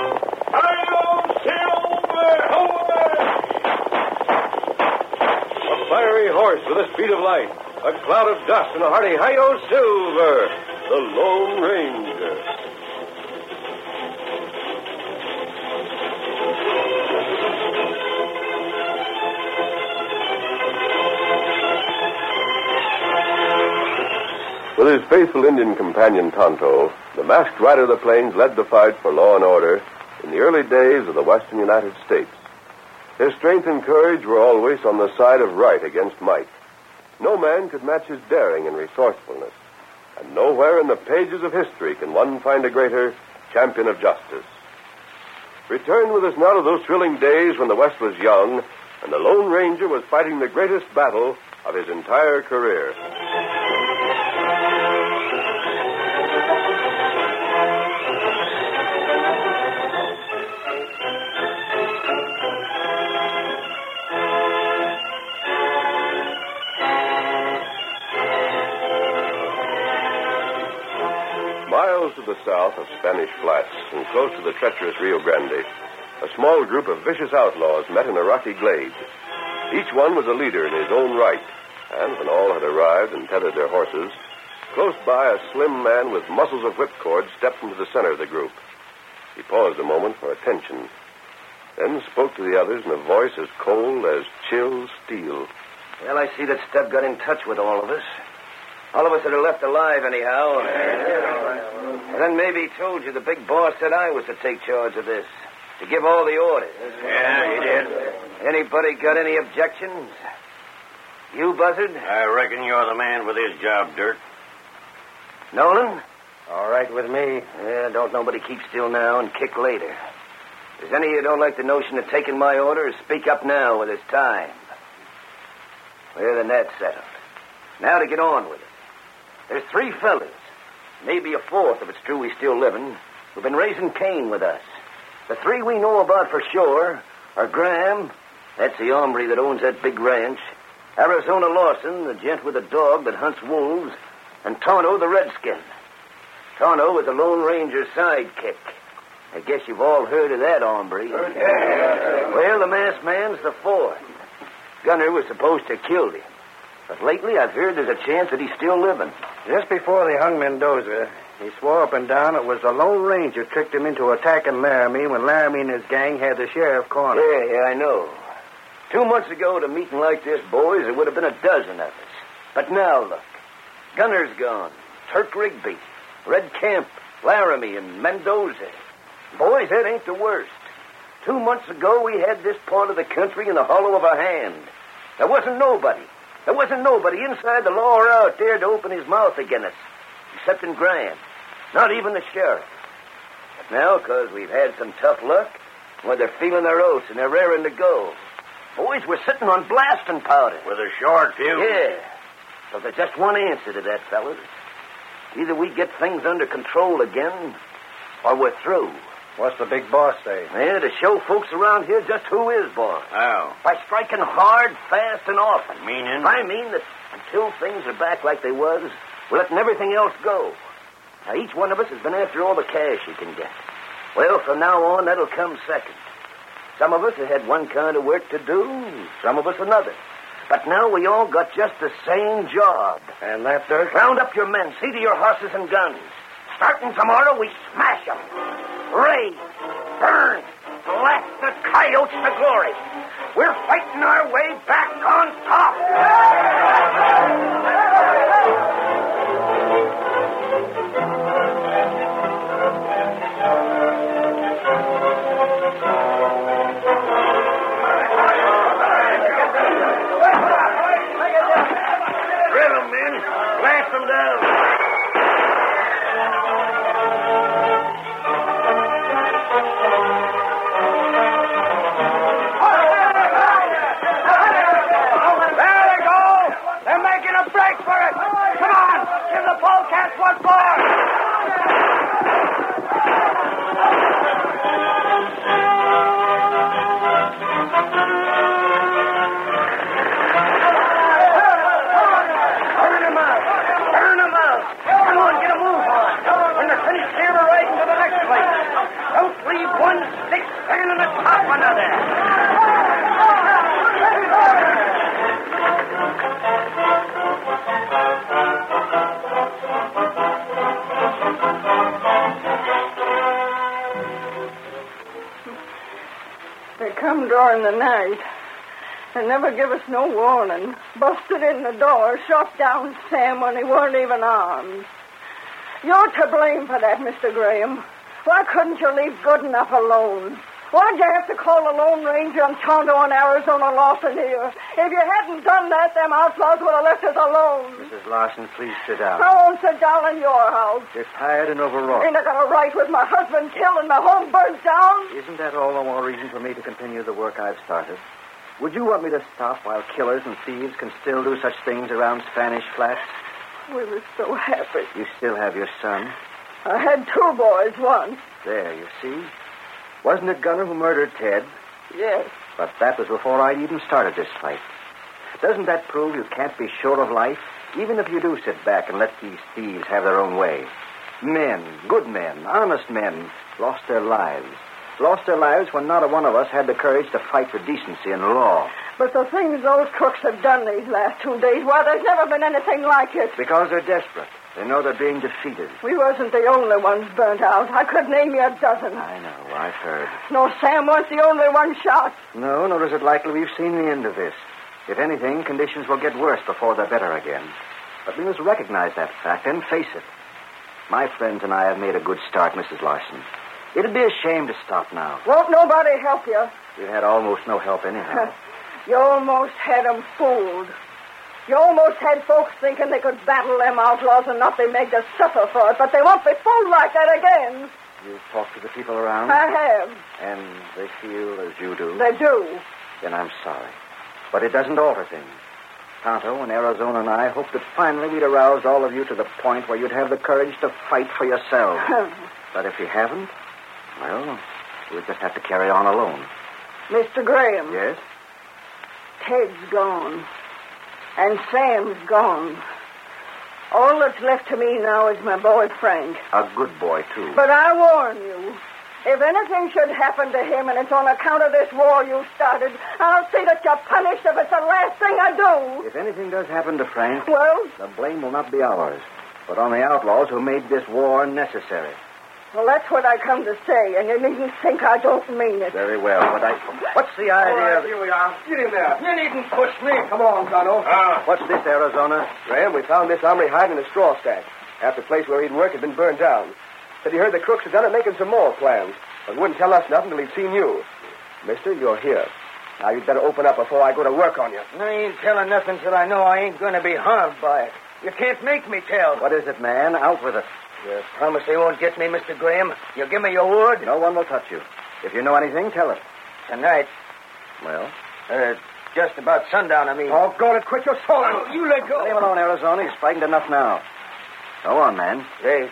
Hail Silver Homer! A fiery horse with the speed of light, a cloud of dust, and a hearty Hi-Yo Silver, the Lone Ranger. With his faithful Indian companion Tonto, the masked rider of the plains led the fight for law and order in the early days of the western United States. His strength and courage were always on the side of right against might. No man could match his daring and resourcefulness, and nowhere in the pages of history can one find a greater champion of justice. Return with us now to those thrilling days when the West was young and the Lone Ranger was fighting the greatest battle of his entire career. Miles to the south of Spanish Flats and close to the treacherous Rio Grande, a small group of vicious outlaws met in a rocky glade. Each one was a leader in his own right, and when all had arrived and tethered their horses, close by a slim man with muscles of whipcord stepped into the center of the group. He paused a moment for attention, then spoke to the others in a voice as cold as chill steel. Well, I see that Step got in touch with all of us. All of us that are left alive, anyhow. And then maybe he told you the big boss said I was to take charge of this, to give all the orders. Yeah, he did. Anybody got any objections? You, Buzzard? I reckon you're the man for this job, Dirk. Nolan? All right with me. Yeah, don't nobody keep still now and kick later. If there's any of you don't like the notion of taking my orders, speak up now when it's time. Well, then that's settled. Now to get on with it. There's three fellas, maybe a fourth if it's true he's still living, who've been raising Cain with us. The three we know about for sure are Graham, that's the hombre that owns that big ranch, Arizona Lawson, the gent with the dog that hunts wolves, and Tonto, the redskin. Tonto was a Lone Ranger's sidekick. I guess you've all heard of that hombre. Well, the masked man's the fourth. Gunner was supposed to have killed him. But lately I've heard there's a chance that he's still living. Just before they hung Mendoza, he swore up and down it was the Lone Ranger tricked him into attacking Laramie when Laramie and his gang had the sheriff cornered. Yeah, yeah, I know. Two months ago at a meeting like this, boys, there would have been a dozen of us. But now look. Gunner's gone. Turk Rigby, Red Camp, Laramie, and Mendoza. Boys, that ain't the worst. Two months ago, we had this part of the country in the hollow of a hand. There wasn't nobody. There wasn't nobody inside the law or out there to open his mouth against us, excepting Graham. Not even the sheriff. But now, 'cause we've had some tough luck, well, they're feeling their oats and they're raring to go. Boys, we're sitting on blasting powder. With a short fuse. Yeah. So there's just one answer to that, fellas. Either we get things under control again, or we're through. What's the big boss say? Yeah, to show folks around here just who is boss. How? By striking hard, fast, and often. Meaning? I mean that until things are back like they was, we're letting everything else go. Now, each one of us has been after all the cash he can get. Well, from now on, that'll come second. Some of us have had one kind of work to do, some of us another. But now we all got just the same job. And that, Dirk? Round up your men, see to your horses and guns. Starting tomorrow, we smash them. Raid, burn, blast the coyotes to glory. We're fighting our way back on top. Drill 'em, men. Blast 'em down. There they go. They're making a for it! Come on! Give the polecats one more! Burn them out! Burn them out! Come on, get a move on! When the finish here, we're right into the next place. Don't leave one stick standing atop another. They come during the night. They never give us no warning. Busted in the door, shot down Sam when he weren't even armed. You're to blame for that, Mr. Graham. Why couldn't you leave good enough alone? Why'd you have to call the Lone Ranger and Tonto and Arizona Lawson here? If you hadn't done that, them outlaws would have left us alone. Mrs. Larson, please sit down. I won't sit down in your house. You're tired and overwrought. Ain't I got a right with my husband killed and my home burnt down? Isn't that all the more reason for me to continue the work I've started? Would you want me to stop while killers and thieves can still do such things around Spanish Flats? We were so happy. You still have your son. I had two boys once. There, you see. Wasn't it Gunner who murdered Ted? Yes. But that was before I even started this fight. Doesn't that prove you can't be sure of life, even if you do sit back and let these thieves have their own way? Men, good men, honest men, lost their lives. Lost their lives when not a one of us had the courage to fight for decency and law. But the things those crooks have done these last two days, why, there's never been anything like it. Because they're desperate. They know they're being defeated. We wasn't the only ones burnt out. I could name you a dozen. I know, I've heard. No, Sam was the only one shot. No, nor is it likely we've seen the end of this. If anything, conditions will get worse before they're better again. But we must recognize that fact and face it. My friends and I have made a good start, Mrs. Larson. It'd be a shame to stop now. Won't nobody help you? We've had almost no help anyhow. You almost had 'em fooled. You almost had folks thinking they could battle them outlaws and not be made to suffer for it, but they won't be fooled like that again. You've talked to the people around, I have. and they feel as you do. They do. Then I'm sorry. But it doesn't alter things. Tonto and Arizona and I hoped that finally we'd aroused all of you to the point where you'd have the courage to fight for yourselves. but if you haven't, well, we'll just have to carry on alone. Mr. Graham. Yes? Ted's gone. And Sam's gone. All that's left to me now is my boy Frank. A good boy, too. But I warn you, if anything should happen to him and it's on account of this war you started, I'll see that you're punished if it's the last thing I do. if anything does happen to Frank, Well, the blame will not be ours, but on the outlaws who made this war necessary. well, that's what I come to say, and you needn't think I don't mean it. Very well, but I... What's the idea? here we are. Get in there. Ah. You needn't push me. Come on, Tonto. What's this, Arizona? Graham, we found this hombre hiding in a straw stack after the place where he'd worked had been burned down. Said he heard the crooks had done it making some more plans, but wouldn't tell us nothing until he'd seen you. Mister, you're here. Now you'd better open up before I go to work on you. I ain't telling nothing till I know I ain't going to be harmed by it. You can't make me tell. What is it, man? Out with it. You promise they won't get me, Mr. Graham? You give me your word? No one will touch you. If you know anything, tell us. Tonight, Well? Uh, just about sundown, I mean. Oh, go to quit your Oh, you let go. Leave him alone, Arizona. He's frightened enough now. Go on, man. They,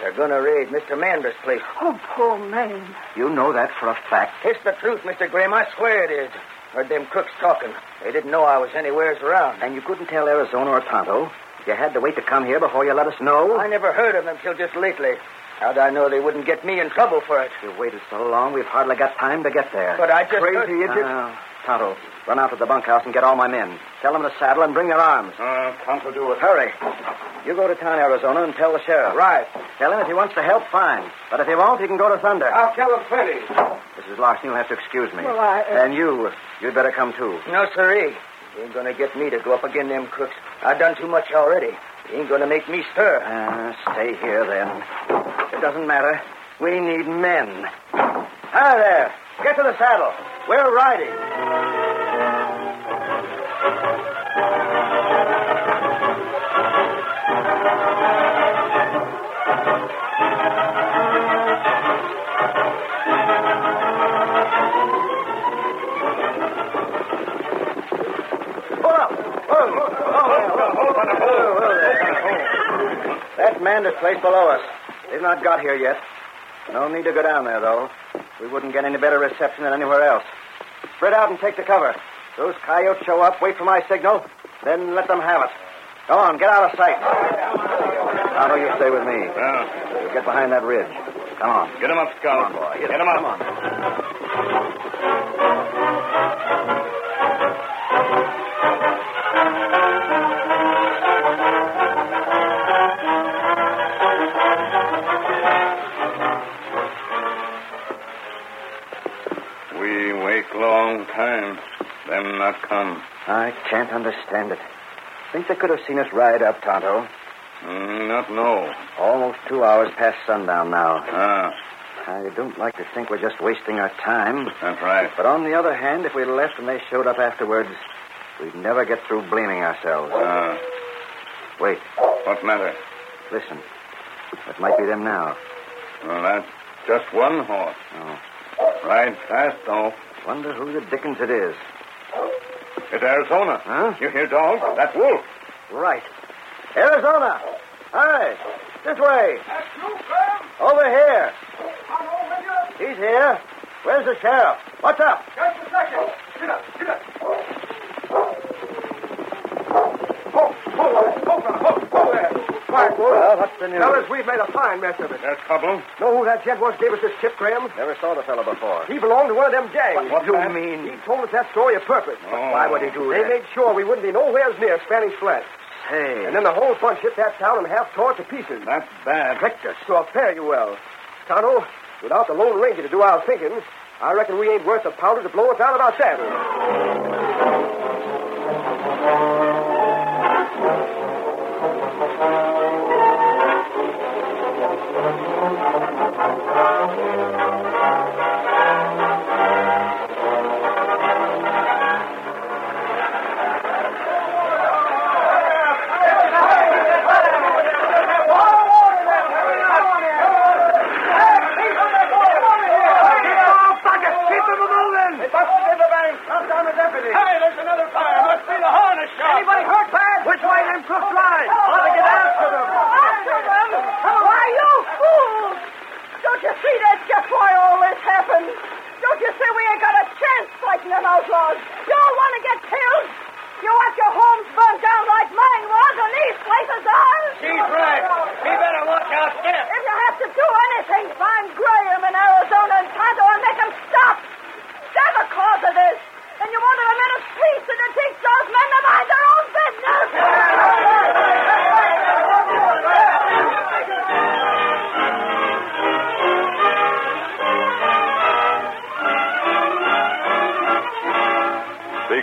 they're going to raid Mr. Mander's place. Oh, poor man. You know that for a fact. It's the truth, Mr. Graham. I swear it is. Heard them crooks talking. They didn't know I was anywheres around. And you couldn't tell Arizona or Tonto. You had to wait to come here before you let us know. I never heard of them till just lately. How'd I know they wouldn't get me in trouble for it? You've waited so long, we've hardly got time to get there. But I just Uh, Crazy heard- idiot. Tonto, run out to the bunkhouse and get all my men. Tell them to saddle and bring their arms. Uh, Tonto do it. Hurry. You go to town, Arizona, and tell the sheriff. Right. Tell him if he wants to help, fine. But if he won't, he can go to Thunder. I'll tell him plenty. Mrs. Larson, you'll have to excuse me. Well, I- uh, And you, you'd better come too. No, siree. They ain't going to get me to go up again them crooks. I've done too much already. They ain't going to make me stir. Uh, stay here, then. It doesn't matter. We need men. Hi there. Get to the saddle. We're riding. Hold up. Hold, hold, hold, hold, hold, hold, hold, Amanda's place below us. They've not got here yet. No need to go down there, though. We wouldn't get any better reception than anywhere else. Spread out and take the cover. Those coyotes show up, wait for my signal, then let them have it. Go on, get out of sight. Tonto, you stay with me. Yeah. We'll get behind that ridge. Come on. Get him up, Scout. Come on, boy. Get him up. Come on. We wait long time, them not come. I can't understand it. Think they could have seen us ride up, Tonto. Mm, Not know. Almost two hours past sundown now. Ah, I don't like to think we're just wasting our time. that's right. But on the other hand, if we left and they showed up afterwards, we'd never get through blaming ourselves. Ah, Wait, what matter? listen. That might be them now. Well, that's just one horse. Oh, Ride fast, though. wonder who the dickens it is. It's Arizona. Huh? You hear, dog? That wolf. Right. Arizona! Hi! This way! That's you, Clem? Over here! I'm over here. He's here. Where's the sheriff? What's up? Just a second. Get up, get up. Well, what's the news? Fellas, we've made a fine mess of it. There's trouble. Know who that gent was gave us this tip, Graham? Never saw the fellow before. He belonged to one of them jags. What do you mean? He told us that story of purpose. Oh. Why would he do They that? made sure we wouldn't be nowhere near Spanish Flat. Hey. And then the whole bunch hit that town and half tore it to pieces. That's bad. Hector, so fare you well. Tonto, without the Lone Ranger to do our thinking, I reckon we ain't worth a powder to blow us out of our saddles. Oh, Hey, there's another fire. Must be the harness shop. Anybody hurt Oh, bad? Which way them crooks line? Ought to get after them. After them? Why, you fools! Don't you see that's just why all this happened? Don't you see we ain't got a chance fighting them outlaws? You all want to get killed? You want your homes burned down like mine was, and these places are? She's right. We better watch our step. If you have to do anything, find Graham in Arizona and Tonto and make 'em stop. They're the cause of this. And you wanted a minute peace and to teach those men to mind their own business. The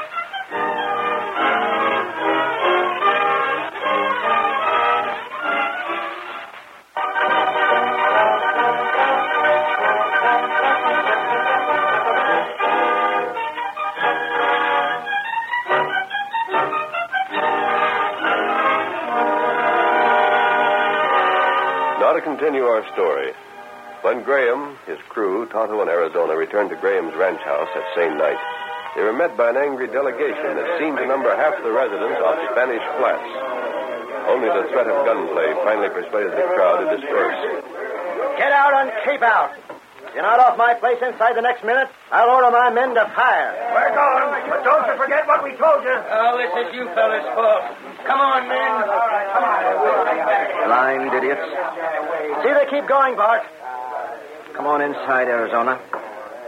Now to continue our story. When Graham, his crew, Tonto, and Arizona returned to Graham's ranch house that same night, they were met by an angry delegation that seemed to number half the residents of Spanish Flats. Only the threat of gunplay finally persuaded the crowd to disperse. Get out and keep out. If you're not off my place inside the next minute, I'll order my men to fire. We're going, but don't you forget what we told you. Oh, this is you fellas' fault. Come on, men. All right, come on. Blind idiots. See, they keep going, Bart. Come on inside, Arizona.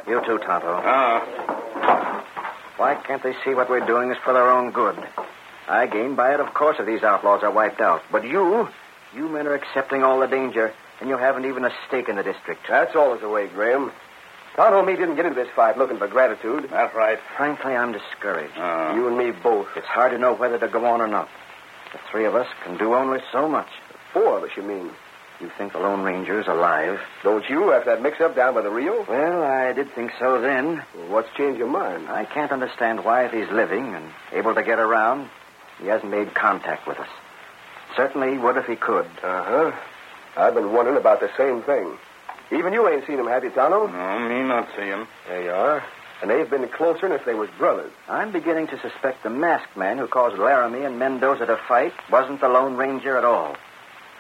You too, Tonto. Ah, Why can't they see what we're doing is for their own good? I gain by it, of course, if these outlaws are wiped out. But you, you men are accepting all the danger, and you haven't even a stake in the district. That's always the way, Graham. Tonto and me didn't get into this fight looking for gratitude. that's right. Frankly, I'm discouraged. Ah. You and me both. It's hard to know whether to go on or not. The three of us can do only so much. Four of us, you mean. You think the Lone Ranger is alive? Don't you, after that mix-up down by the Rio? Well, I did think so then. What's changed your mind? I can't understand why, if he's living and able to get around, he hasn't made contact with us. Certainly he would if he could. Uh-huh. I've been wondering about the same thing. Even you ain't seen him, have you, Tonto? No, me not see him. There you are. and they've been closer than if they was brothers. I'm beginning to suspect the masked man who caused Laramie and Mendoza to fight wasn't the Lone Ranger at all.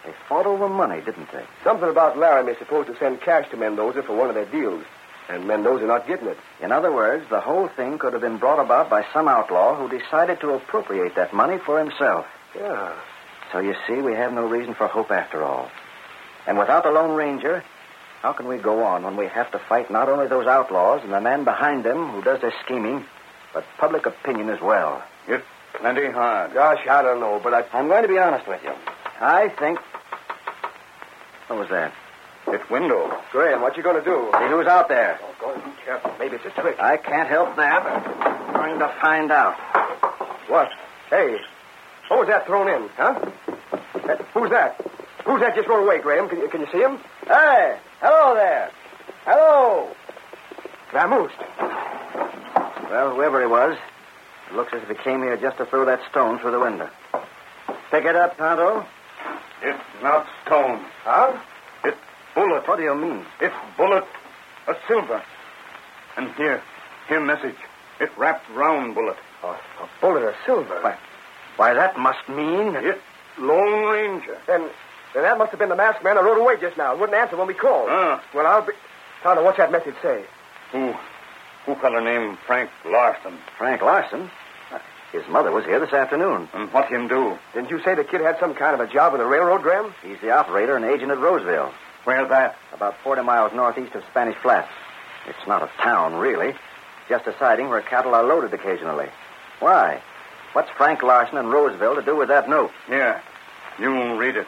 They fought over money, didn't they? Something about Laramie supposed to send cash to Mendoza for one of their deals, and Mendoza not getting it. In other words, the whole thing could have been brought about by some outlaw who decided to appropriate that money for himself. Yeah. So you see, we have no reason for hope after all. And without the Lone Ranger, how can we go on when we have to fight not only those outlaws and the man behind them who does their scheming, but public opinion as well? It's plenty hard. Gosh, I don't know, but I. I'm going to be honest with you. I think. What was that? It's window. Graham, what you gonna do? See who's out there. Oh, go be careful. Maybe it's a trick. I can't help that. Going to find out. What? Hey, what was Oh, that thrown in, huh? That- who's that? Who's that just rode away, Graham? Can you, can you see him? Hey, hello there. Hello. Vamoose. Well, whoever he was, it looks as if he came here just to throw that stone through the window. Pick it up, Tonto. It's not stone. Huh? It's bullet. What do you mean? It's bullet. A silver. And here, here message. It wrapped round bullet. A, a bullet of silver. Why, why that must mean. It Lone Ranger. Then, then that must have been the masked man that rode away just now. Wouldn't answer when we called. Huh? Well, I'll be. Tonto, what's that message say? Who? Who fella named Frank Larson? Frank Larson? Uh, His mother was here this afternoon. And what him do? Didn't you say the kid had some kind of a job with the railroad, Graham? He's the operator and agent at Roseville. Where that? about 40 miles northeast of Spanish Flats. It's not a town, really. Just a siding where cattle are loaded occasionally. Why? What's Frank Larson and Roseville to do with that note? Here. You read it.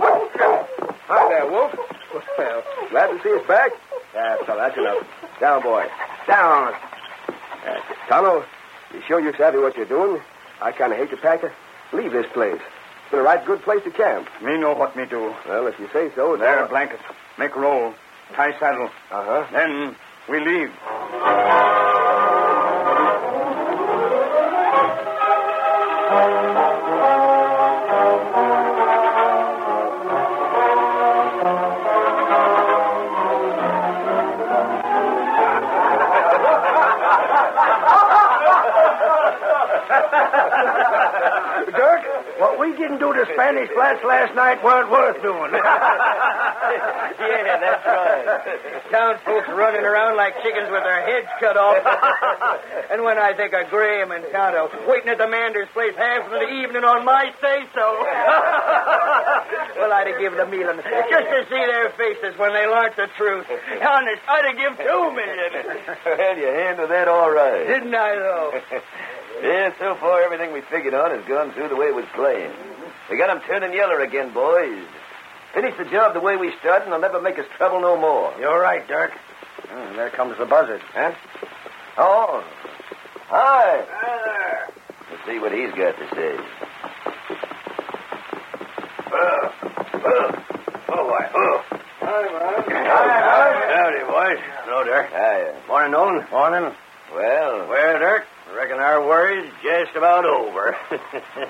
Oh. Hi there, Wolf. Well, glad to see us back. That's all. That's enough. Down, boy. Down. Uh, Tonto, you sure you're savvy what you're doing? I kind of hate to pack it. Leave this place. It's been a right good place to camp. Me know what me do. Well, if you say so, it's There, all- blankets. Make roll. Tie saddle. Uh-huh. Then we leave. Dirk, what we didn't do to Spanish Flats last night weren't worth doing. Yeah, that's right. Town folks running around like chickens with their heads cut off. and when I think of Graham and Tonto waiting at the Manders place half of the evening on my say so. well, I'd have given a million just to see their faces when they learned the truth. Honest, I'd have given two million. well, you handled that all right. Didn't I, though? Yeah, so far everything we figured on has gone through the way it was planned. We got 'em turning yeller again, boys. Finish the job the way we started, and they'll never make us trouble no more. You're right, Dirk. Hmm, there comes the buzzard. Huh? Oh. Hi. Let's see what he's got to say. Howdy, boys. Hello, Dirk. Hi. Morning, Nolan. Morning. Well, Well, Dirk, reckon our worry's just about over.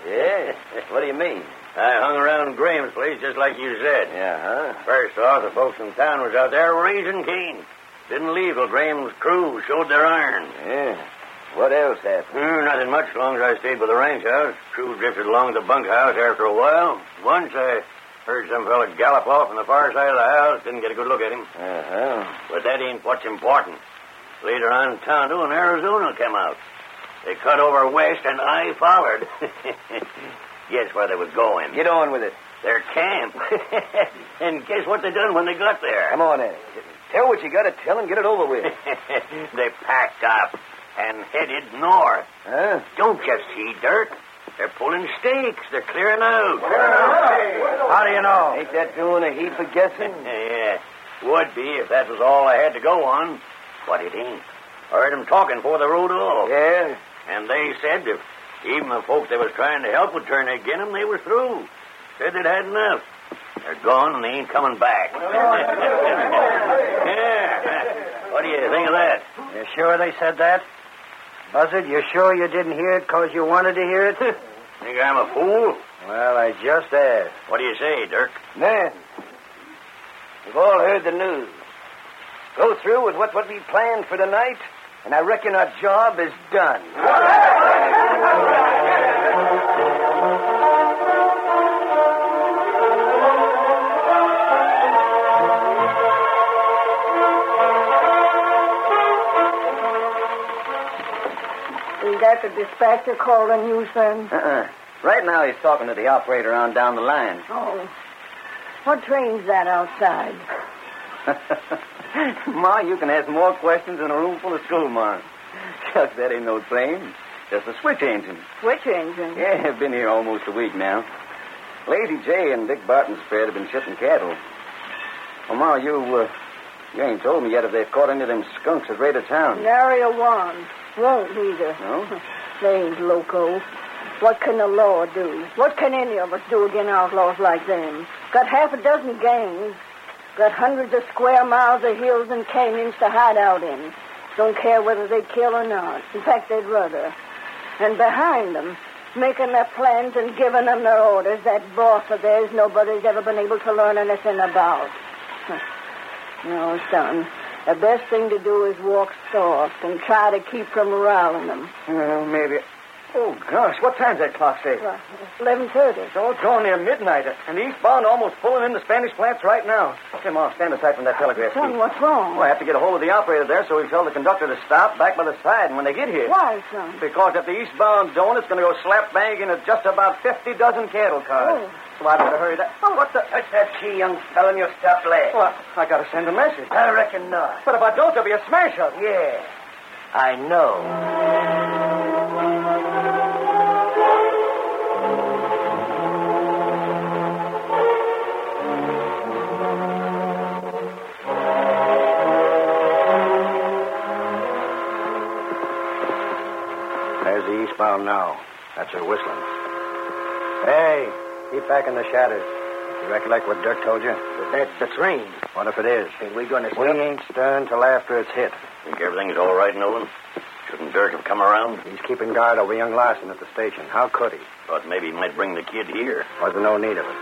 yeah. What do you mean? I hung around Graham's place just like you said. Yeah, huh? First off, the folks in town was out there raising Cain. Didn't leave till Graham's crew showed their iron. Yeah. What else happened? Hmm, nothing much long as I stayed with the ranch house. Crew drifted along to the bunkhouse after a while. Once I heard some fella gallop off on the far side of the house. Didn't get a good look at him. Uh-huh. But that ain't what's important. Later on, Tonto and Arizona come out. They cut over west, and I followed. guess where they was going? Get on with it. Their camp. and guess what they done when they got there? Come on in. Tell what you got to tell and get it over with. they packed up and headed north. huh? Don't you see, Dirt? They're pulling stakes. They're clearing out. How do you know? Ain't that doing a heap of guessing? yeah, would be if that was all I had to go on. But it ain't. I heard 'em talking before they rode off. yeah. And they said if even the folk they was trying to help would turn agin 'em, they was through. Said they'd had enough. They're gone and they ain't coming back. yeah. What do you think of that? You sure they said that? Buzzard, you sure you didn't hear it because you wanted to hear it? Think I'm a fool? well, I just asked. What do you say, Dirk? Man, We've all heard the news. Go through with what, what we planned for tonight, and I reckon our job is done. Is that the dispatcher calling you, son? Uh-uh. Right now, he's talking to the operator on down the line. Oh. What train's that outside? Ma, you can ask more questions in a room full of schoolmarms. Chuck, that ain't no train. Just a switch engine. Switch engine. Yeah, I've been here almost a week now. Lazy J and Dick Barton's spread have been shipping cattle. Well, Ma, you, uh, you ain't told me yet if they've caught any of them skunks at Raider Town. Area one. Won't either. No? They ain't loco. What can the law do? What can any of us do against outlaws like them? Got half a dozen gangs. Got hundreds of square miles of hills and canyons to hide out in. Don't care whether they kill or not. In fact, they'd rather. And behind them, making their plans and giving them their orders, that boss of theirs nobody's ever been able to learn anything about. No, son. The best thing to do is walk soft and try to keep from riling them. well, maybe. Oh, gosh, what time's that clock say? Well, Eleven thirty. It's all drawn near midnight, and the eastbound almost pulling into Spanish Flats right now. Come on, stand aside from that telegraph Son, key. what's wrong? Well, I have to get a hold of the operator there so he'll tell the conductor to stop back by the side when they get here. Why, son? Because if the eastbound donut's going to go slap bang into just about 50 dozen cattle cars. Oh. So I better hurry that. Oh, what the... Touch that key, young fella, and you'll stop late. Well, I got to send a message. I reckon not. But if I don't, there'll be a smash up. Yeah, I know. There's the eastbound now. That's her whistling. Hey, keep back in the shadows. You recollect what Dirk told you? That's the train. What if it is? Ain't we going to We ain't stirring till after it's hit. Think everything's all right, Nolan? Shouldn't Dirk have come around? He's keeping guard over young Larson at the station. How could he? Thought maybe he might bring the kid here. Wasn't no need of it.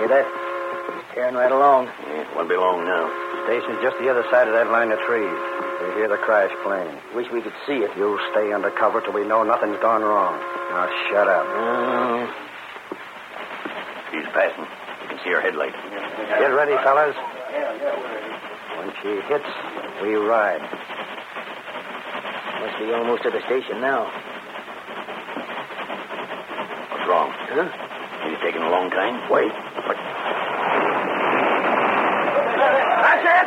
Hear that? He's tearing right along. Yeah, it won't be long now. Station's just the other side of that line of trees. We hear the crash plane. Wish we could see it. You stay under cover till we know nothing's gone wrong. Now shut up. She's passing. You can see her headlight. Get ready, fellas. When she hits, we ride. Must be almost at the station now. What's wrong? Huh? He's taking a long time. Wait. What? That's it!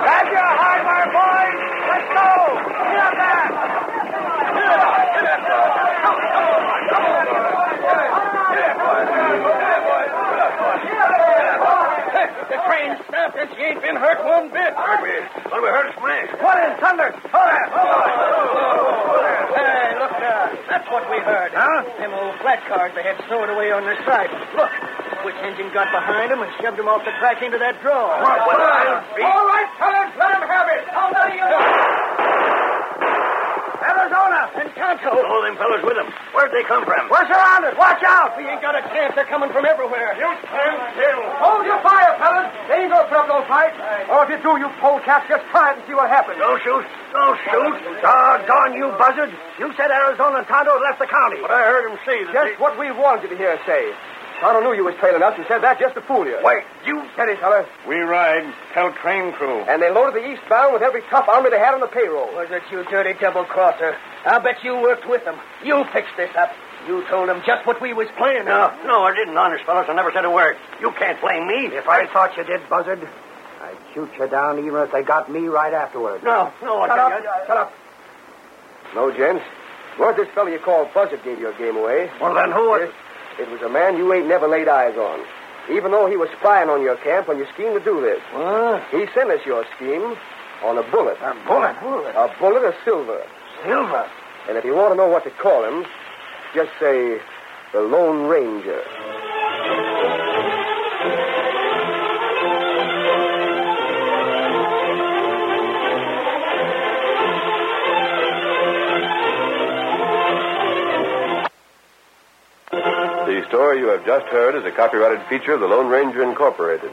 Grab your hardware, boys! Let's go! Get up there! The train stopped and she ain't been hurt one bit. Hurt me. Well, we heard a smash. What in thunder? Hold there. Hey, look there. That's what we heard. Huh? Them old flat cars they had stowed away on the side. Look. Which engine got behind them and shoved them off the track into that draw. All right, fellas, let him have it. How many of you? Arizona and Tonto. All them fellas with him. Where'd they come from? We're surrounded. Watch out. We ain't got a chance. They're coming from everywhere. You stand still. Hold your fire, fellas. They ain't gonna put up no fight. Or if you do, you polecats, just try it and see what happens. Don't shoot. Don't shoot. Doggone you, buzzard. You said Arizona and Tonto left the county. But I heard him say that Just what we wanted you to hear say. Tonto knew you was trailing us and said that just to fool you. Wait, you... Steady, fella. they- We ride. Tell train crew. And they loaded the eastbound with every tough army they had on the payroll. Was it you dirty double crosser? I'll bet you worked with them. You fixed this up. You told them just what we was planning. No, no, I didn't, honest fellas. I never said a word. You can't blame me. If I thought you did, Buzzard. I'd shoot you down even if they got me right afterward. No, no, I Shut tell up. you. Shut up. No, gents. Weren't this fellow you call Buzzard gave your game away? Well, then who was... It, it was a man you ain't never laid eyes on. Even though he was spying on your camp when you schemed to do this. What? He sent us your scheme on a bullet. A bullet. bullet. A bullet of silver. Silver. And if you want to know what to call him, just say the Lone Ranger. The story you have just heard is a copyrighted feature of the Lone Ranger Incorporated.